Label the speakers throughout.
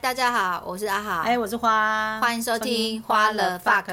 Speaker 1: 大家好，我是阿豪，
Speaker 2: 哎，我是花，
Speaker 1: 欢迎收听花了 fuck。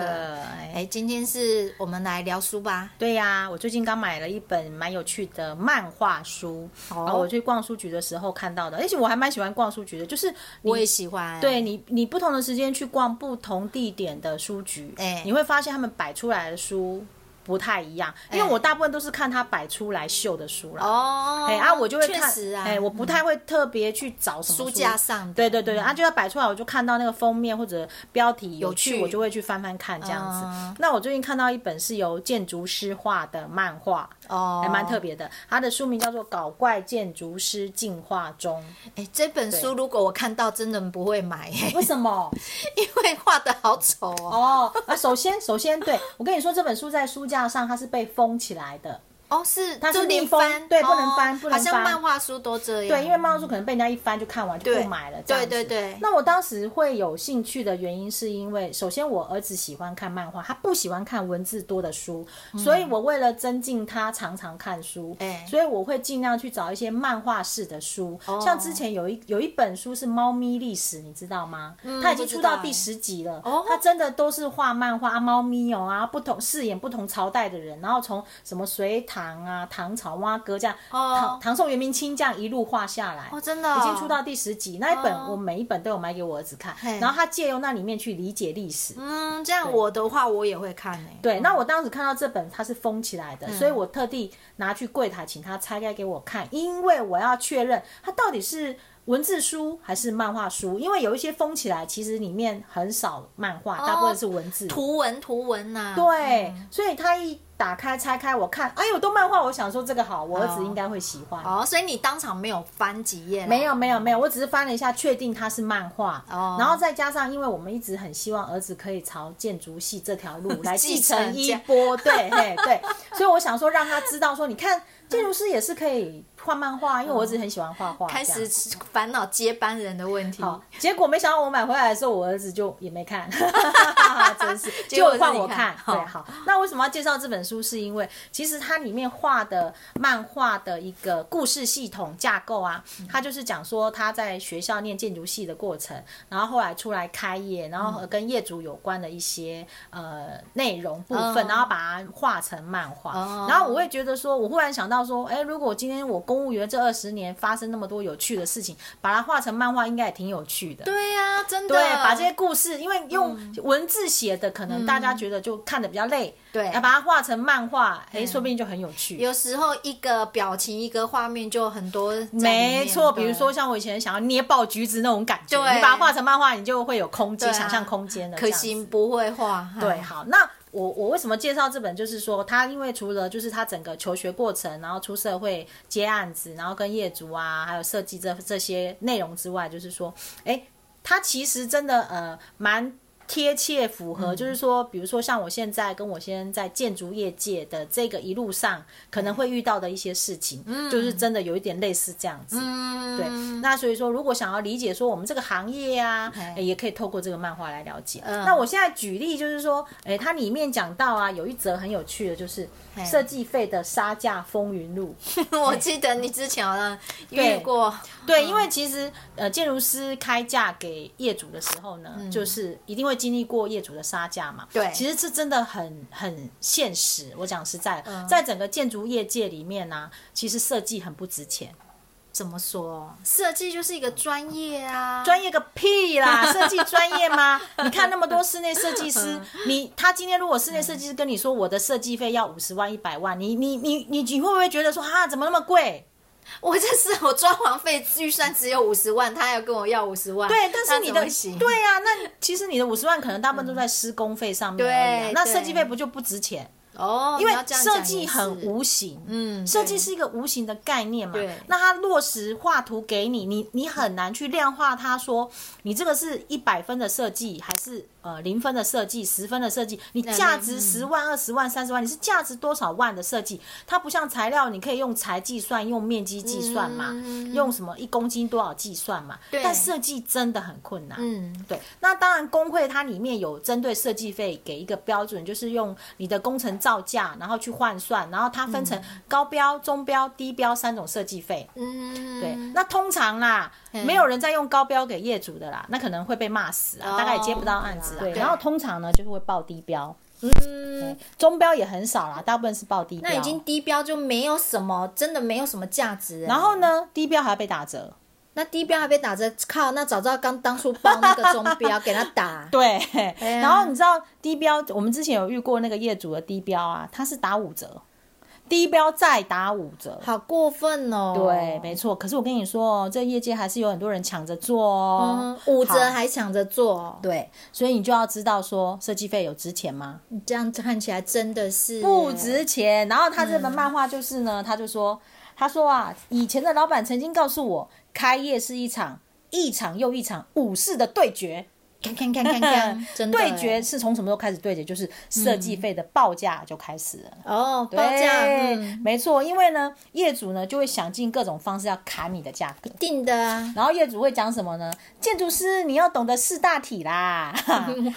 Speaker 1: 哎，今天是我们来聊书吧。
Speaker 2: 对呀、我最近刚买了一本蛮有趣的漫画书，
Speaker 1: 哦
Speaker 2: 然后我去逛书局的时候看到的，而且我还蛮喜欢逛书局的，就是你
Speaker 1: 我也喜欢。
Speaker 2: 对你，你不同的时间去逛不同地点的书局，
Speaker 1: 哎
Speaker 2: 你会发现他们摆出来的书不太一样，因为
Speaker 1: 哎
Speaker 2: 我大部分都是看他摆出来秀的书啦。
Speaker 1: 哦，
Speaker 2: 哎、啊，我就会
Speaker 1: 确
Speaker 2: 看，
Speaker 1: 实啊，
Speaker 2: 哎、我不太会特别去找什么
Speaker 1: 书架上的嗯
Speaker 2: 对对对，啊，就要摆出来，我就看到那个封面或者标题有
Speaker 1: 有
Speaker 2: 趣，
Speaker 1: 趣
Speaker 2: 我就会去翻翻看这样子。
Speaker 1: 嗯
Speaker 2: 那我最近看到一本是由建筑师画的漫画，
Speaker 1: 哦，
Speaker 2: 还蛮特。别的，它的书名叫做《搞怪建筑师进化中》。
Speaker 1: 哎，这本书如果我看到，真的不会 买，哎
Speaker 2: 为什么？
Speaker 1: 因为画的好丑哦。
Speaker 2: 哦，啊，首先，首先，对我跟你说，这本书在书架上它是被封起来的，
Speaker 1: 哦，是，
Speaker 2: 它是
Speaker 1: 就连
Speaker 2: 密封
Speaker 1: 翻，
Speaker 2: 对
Speaker 1: 哦
Speaker 2: 不能翻不能
Speaker 1: 好像
Speaker 2: 翻
Speaker 1: 漫画书都这样。
Speaker 2: 对，因为漫画书可能被人家一翻就看完就
Speaker 1: 对
Speaker 2: 不买了，这
Speaker 1: 啊对
Speaker 2: 样子
Speaker 1: 对对
Speaker 2: 那我当时会有兴趣的原因，是因为首先我儿子喜欢看漫画，他不喜欢看文字多的书，所以我为了增进他常常看书，
Speaker 1: 嗯哎
Speaker 2: 所以我会尽量去找一些漫画式的书。
Speaker 1: 哦
Speaker 2: 像之前有一有一本书是《猫咪历史》，你知道吗？
Speaker 1: 嗯
Speaker 2: 它已经出
Speaker 1: 不
Speaker 2: 到
Speaker 1: 知
Speaker 2: 第
Speaker 1: 道
Speaker 2: 十集了，
Speaker 1: 哦
Speaker 2: 它真的都是画漫画啊，猫咪哦啊，不同饰演不同朝代的人，然后从什么隋唐啊、唐朝、哇哥这样，
Speaker 1: 哦
Speaker 2: 唐唐宋元明清这样一路画下来。
Speaker 1: 哦，真的哦
Speaker 2: 已经出到第十集，那一本
Speaker 1: 哦
Speaker 2: 我每一本都有买给我儿子看
Speaker 1: 嘿，
Speaker 2: 然后他借由那里面去理解历史。
Speaker 1: 嗯，这样我的话我也会看诶。
Speaker 2: 对，哎那我当时看到这本它是封起来的，所以我特地拿去柜台请他拆开给我看，因为我要确认它到底是文字书还是漫画书，因为有一些封起来，其实里面很少漫画，大部分是文字。
Speaker 1: 图文图文呐。
Speaker 2: 对，所以他一打开拆开，我看，哎呦，都漫画，我想说这个好，我儿子应该会喜欢。
Speaker 1: 哦，所以你当场没有翻几页啦？
Speaker 2: 没有没有没有，我只是翻了一下，确定它是漫画，
Speaker 1: 哦
Speaker 2: 然后再加上，因为我们一直很希望儿子可以朝建筑系这条路来
Speaker 1: 继
Speaker 2: 继
Speaker 1: 承
Speaker 2: 承
Speaker 1: 这
Speaker 2: 衣
Speaker 1: 样
Speaker 2: 钵，对嘿对，所以我想说让他知道说，你看建筑师也是可以画漫画，因为我儿子很喜欢画画，
Speaker 1: 开
Speaker 2: 这样
Speaker 1: 始是烦恼接班人的问题。
Speaker 2: 好，结果没想到我买回来的时候，我儿子就也没看， 真是，
Speaker 1: 结
Speaker 2: 结
Speaker 1: 果
Speaker 2: 果
Speaker 1: 是
Speaker 2: 换
Speaker 1: 你
Speaker 2: 我
Speaker 1: 看
Speaker 2: 看。
Speaker 1: 好
Speaker 2: 对，好，那为什么要介绍这本书？是因为其实它里面画的漫画的一个故事系统架构啊，
Speaker 1: 嗯
Speaker 2: 它就是讲说他在学校念建筑系的过程，然后后来出来开业，然
Speaker 1: 嗯
Speaker 2: 后跟业主有关的一些呃内容部分，
Speaker 1: 嗯
Speaker 2: 然后把它画成漫画
Speaker 1: 哦。
Speaker 2: 然后我会觉得说，我忽然想到说，哎，如果我今天我公务员这二十年发生那么多有趣的事情，把它画成漫画，应该也挺有趣的。
Speaker 1: 对嗯呀、真的。
Speaker 2: 对，把这些故事，因为用文字写的，可能大家觉得就看的比较累，
Speaker 1: 嗯
Speaker 2: 哎
Speaker 1: 对嗯
Speaker 2: 要把它画成漫画，哎，说不定就很有趣。
Speaker 1: 有时候一个表情、一个画面就很多在里面。
Speaker 2: 没哎错，
Speaker 1: 对
Speaker 2: 比如说像我以前想要捏爆橘子那种感觉，
Speaker 1: 对
Speaker 2: 你把它画成漫画，你就会有空
Speaker 1: 对啊
Speaker 2: 间、想象空间的。
Speaker 1: 可
Speaker 2: 这样
Speaker 1: 惜
Speaker 2: 子
Speaker 1: 不会画。
Speaker 2: 对，
Speaker 1: 哈，
Speaker 2: 好，那我我为什么介绍这本？就是说，他因为除了就是他整个求学过程，然后出社会接案子，然后跟业主啊，还有设计这这些内容之外，就是说，哎，他其实真的呃蛮。贴切符合，就是说，比如说像我现在跟我先生在建筑业界的这个一路上，可能会遇到的一些事情，就是真的有一点类似这样子。
Speaker 1: 嗯，
Speaker 2: 对，那所以说，如果想要理解说我们这个行业啊，
Speaker 1: 哎
Speaker 2: 诶也可以透过这个漫画来了解。
Speaker 1: 嗯
Speaker 2: 那我现在举例就是说，哎，它里面讲到啊，有一则很有趣的，就是
Speaker 1: 嘿
Speaker 2: 设计费的杀价风 云录。
Speaker 1: 我记得你之前好像遇
Speaker 2: 对
Speaker 1: 过。
Speaker 2: 对，因为其实呃，建筑师开价给业主的时候呢，就是一定会经历过业主的杀价嘛。
Speaker 1: 嗯对
Speaker 2: 其实这真的很很现实。我讲实在的，
Speaker 1: 嗯
Speaker 2: 在整个建筑业界里面呢、啊其实设计很不值钱。
Speaker 1: 怎么说？设计就是一个专业啊，
Speaker 2: 专业个 屁啦！设计专业吗？你看那么多室内设计师，你他今天如果室内设计师跟你说我的设计费要五十万一百万，你你你你你会不会觉得说啊怎么那么贵？
Speaker 1: 我这是我装潢费预算只有五十万，他要跟我要五十万，
Speaker 2: 对，但
Speaker 1: 那
Speaker 2: 是你
Speaker 1: 怎么
Speaker 2: 的
Speaker 1: 行
Speaker 2: 对呀、那其实你的五十万可能大部分都在施工费上面而已啊、
Speaker 1: 对
Speaker 2: 那
Speaker 1: 对
Speaker 2: 设计费不就不值钱？
Speaker 1: 哦，
Speaker 2: 因为
Speaker 1: 你要这样讲
Speaker 2: 设计
Speaker 1: 也是
Speaker 2: 很无形，
Speaker 1: 嗯
Speaker 2: 设计
Speaker 1: 对
Speaker 2: 是一个无形的概念嘛
Speaker 1: 对，
Speaker 2: 那它落实画图给你，你你很难去量化它说，你这个是一百分的设计，还是呃零分的设计，十分的设计，你价
Speaker 1: 嗯
Speaker 2: 值十万、二十万、三十万，你是价值多少万的设计？它不像材料，你可以用材计算，用面积计算嘛，
Speaker 1: 嗯
Speaker 2: 用什么一公斤多少计算嘛，
Speaker 1: 对
Speaker 2: 但设计真的很困难，
Speaker 1: 嗯，
Speaker 2: 对，那当然工会它里面有针对设计费给一个标准，就是用你的工程造价，然后去换算，然后它
Speaker 1: 嗯
Speaker 2: 分成高标、中标、低标三种设计费。
Speaker 1: 嗯，
Speaker 2: 对，那通常啦，没有人在用高标给业主的啦，那可能会被骂死啊，
Speaker 1: 哦
Speaker 2: 大概也接不到案子啊。
Speaker 1: 对
Speaker 2: 对，
Speaker 1: 啊
Speaker 2: 然后通常呢就是会报低标，嗯，中标也很少啦，大部分是报低标。
Speaker 1: 那已经低标就没有什么，真的没有什么价值。
Speaker 2: 然后？呢，低标还要被打折。
Speaker 1: 那低标还被打折，靠！那早知道刚当初报那个中标给他 打。
Speaker 2: 对，
Speaker 1: 呀
Speaker 2: 然后你知道低标，我们之前有遇过那个业主的低标啊，他是打五折，低标再打五折。
Speaker 1: 好过分哦！
Speaker 2: 对，没错。可是我跟你说哦，这业界还是有很多人抢着做哦
Speaker 1: 嗯，，五折
Speaker 2: 好
Speaker 1: 还抢着做哦，
Speaker 2: 对，所以你就要知道说设计费有值钱吗？
Speaker 1: 你这样看起来真的是
Speaker 2: 不。值钱。然后他这本
Speaker 1: 嗯
Speaker 2: 漫画就是呢，他就说，他说啊，以前的老板曾经告诉我，开业是一场一场又一场武士的对决。
Speaker 1: 看看看看 看， 真的
Speaker 2: 嗯
Speaker 1: 欸
Speaker 2: 对决是从什么时候开始对决？就是设计费的报价就开始了。
Speaker 1: 哦，报价
Speaker 2: 对
Speaker 1: 嗯，
Speaker 2: 没错，因为呢，业主呢就会想尽各种方式要砍你的价格。
Speaker 1: 定的啊。
Speaker 2: 然后业主会讲什么呢？建筑师你要懂得四大体 啦，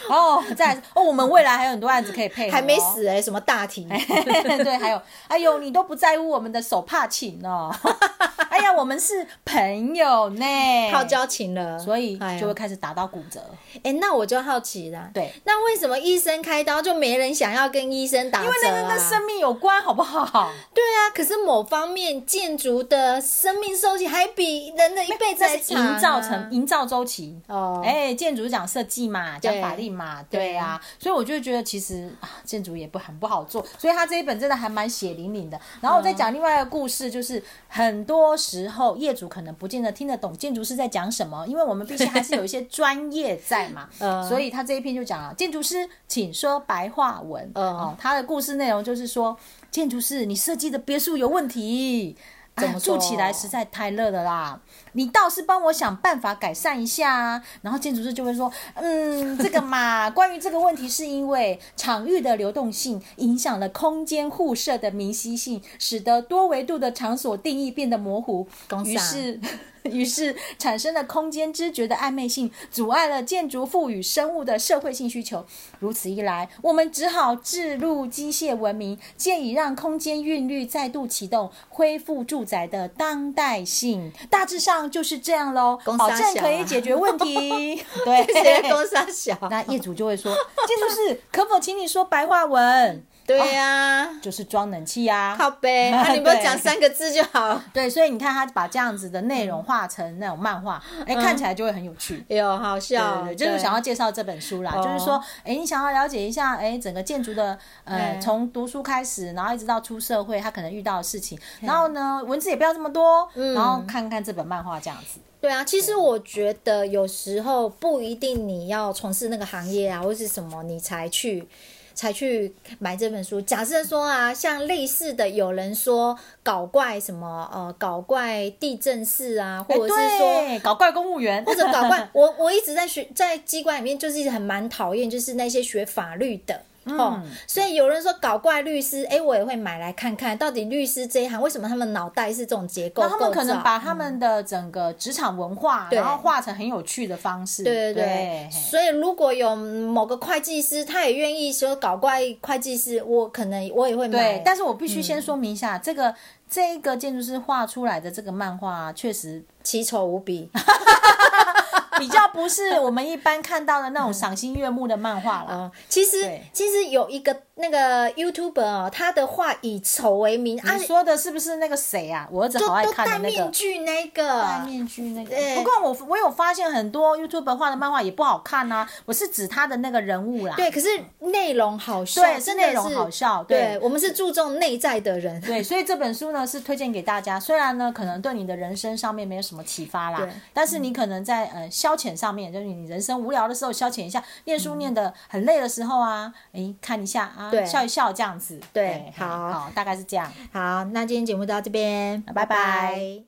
Speaker 2: 哦，再来是哦，我们未来还有很多案子可以配合哦、
Speaker 1: 还没死哎、什么大题？
Speaker 2: 对，还有，哎呦，你都不在乎我们的手帕琴哦。 哎呀，我们是朋友呢，
Speaker 1: 泡，交情了，
Speaker 2: 所以
Speaker 1: 哎呀
Speaker 2: 就会开始打到骨折。
Speaker 1: 哎、那我就好奇啦。
Speaker 2: 对，
Speaker 1: 那为什么医生开刀就没人想要跟医生打折、啊？
Speaker 2: 因为那跟跟生命有关，好不好？
Speaker 1: 对啊，可是某方面建筑的生命寿命还比人的一辈子
Speaker 2: 这
Speaker 1: 还
Speaker 2: 是
Speaker 1: 长啊、
Speaker 2: 营造成营造周期。
Speaker 1: 哦，哎、
Speaker 2: 哎，建筑讲设计嘛，讲
Speaker 1: 对
Speaker 2: 法令嘛，对呀、所以我就觉得其实啊，建筑也不很不好做，所以他这一本真的还蛮血淋淋的。然后我再
Speaker 1: 嗯
Speaker 2: 讲另外一个故事，就是很多时候业主可能不见得听得懂建筑师在讲什么，因为我们毕竟还是有一些专业在嘛，
Speaker 1: 嗯
Speaker 2: 所以他这一篇就讲了，建筑师请说白话文。
Speaker 1: 嗯
Speaker 2: 哦，他的故事内容就是说，建筑师你设计的别墅有问题。
Speaker 1: 怎么
Speaker 2: 啊、住起来
Speaker 1: 说
Speaker 2: 实在太热了啦！你倒是帮我想办法改善一下啊。然后建筑师就会说，嗯，这 个嘛，关于这个问题是因为场域的流动性影响了空间互设的明晰性，使得多维度的场所定义变得模糊
Speaker 1: 公，司
Speaker 2: 于
Speaker 1: 啊
Speaker 2: 是。 于是产生了空间知觉的暧昧性，阻碍了建筑赋予生物的社会性需求。如此一来，我们只好置入机械文明，建议让空间韵律再度启动，恢复住宅的当代性。大致上就是这样喽，
Speaker 1: 公
Speaker 2: 保
Speaker 1: 杀
Speaker 2: 证
Speaker 1: 小
Speaker 2: 可
Speaker 1: 啊
Speaker 2: 以解决问 题。对，
Speaker 1: 哎谁在公杀小？
Speaker 2: 那业主就会说，建筑师可否请你说白话文？
Speaker 1: 对呀、
Speaker 2: 就是装冷气啊。
Speaker 1: 靠 背，那、你不要讲三个字就好。
Speaker 2: 对，所以你看他把这样子的内
Speaker 1: 嗯
Speaker 2: 容画成那种漫画，哎、看起来就会很有趣。
Speaker 1: 哎呦，好笑，啊
Speaker 2: 对对对，就是想要介绍这本书啦，
Speaker 1: 哦
Speaker 2: 就是说，哎，你想要了解一下，哎，整个建筑的，呃，
Speaker 1: 嗯
Speaker 2: 从读书开始，然后一直到出社会，他可能遇到的事情，
Speaker 1: 嗯
Speaker 2: 然后呢，文字也不要这么多，然后看看这本漫画这样子。
Speaker 1: 对啊，其实我觉得有时候不一定你要从事那个行业啊，或是什么，你才去才去买这本书。假设说啊，像类似的，有人说搞怪什么呃，搞怪地震式啊，或
Speaker 2: 哎
Speaker 1: 者是说。
Speaker 2: 对搞怪公务员，
Speaker 1: 或者搞怪， 我我一直在学在机关里面，就是很蛮讨厌，就是那些学法律的。
Speaker 2: 嗯
Speaker 1: 哦，所以有人说搞怪律师，哎、我也会买来看看，到底律师这一行为什么他们脑袋是这种结构
Speaker 2: 那
Speaker 1: 构 造？
Speaker 2: 他们可能把他们的整个职场文化，
Speaker 1: 嗯对
Speaker 2: 然后画成很有趣的方式。
Speaker 1: 对对
Speaker 2: 对
Speaker 1: 对，，所以如果有某个会计师，他也愿意说搞怪会计师，我可能我也会买
Speaker 2: 对，。但是我必须
Speaker 1: 嗯
Speaker 2: 先说明一下，这个这个建筑师画出来的这个漫画啊确实
Speaker 1: 奇丑无 比，
Speaker 2: 比较不是我们一般看到的那
Speaker 1: 嗯
Speaker 2: 种赏心悦目的漫画啦。
Speaker 1: 啊，其实
Speaker 2: 对
Speaker 1: 其实有一个那个 YouTuber 哦，他的话以丑为名，啊
Speaker 2: 你，说的是不是那个谁啊？我儿子
Speaker 1: 都
Speaker 2: 好爱
Speaker 1: 都
Speaker 2: 看的
Speaker 1: 戴
Speaker 2: 那
Speaker 1: 面
Speaker 2: 个。
Speaker 1: 具那
Speaker 2: 戴
Speaker 1: 个，
Speaker 2: 面具那个，
Speaker 1: 对
Speaker 2: 不过我我有发现很多 YouTube 画的漫画也不好看呐、我是指他的那个人物啦，
Speaker 1: 对，可是内容好笑，
Speaker 2: 对是
Speaker 1: 真
Speaker 2: 内
Speaker 1: 的
Speaker 2: 容
Speaker 1: 是
Speaker 2: 好笑，
Speaker 1: 对我们是注重内在的人，
Speaker 2: 对，所以这本书呢是推荐给大家。虽然呢，可能对你的人生上面没有什么启发啦
Speaker 1: 对，
Speaker 2: 但是你可能在呃消遣上面，就是你人生无聊的时候消遣一下，念书念的很累的时候啊，诶，看一下啊，
Speaker 1: 嗯对
Speaker 2: 笑一笑这样子。
Speaker 1: 对
Speaker 2: 哎
Speaker 1: 好
Speaker 2: 好，大概是这样。
Speaker 1: 好，那今天节目到这边，
Speaker 2: 拜拜
Speaker 1: 拜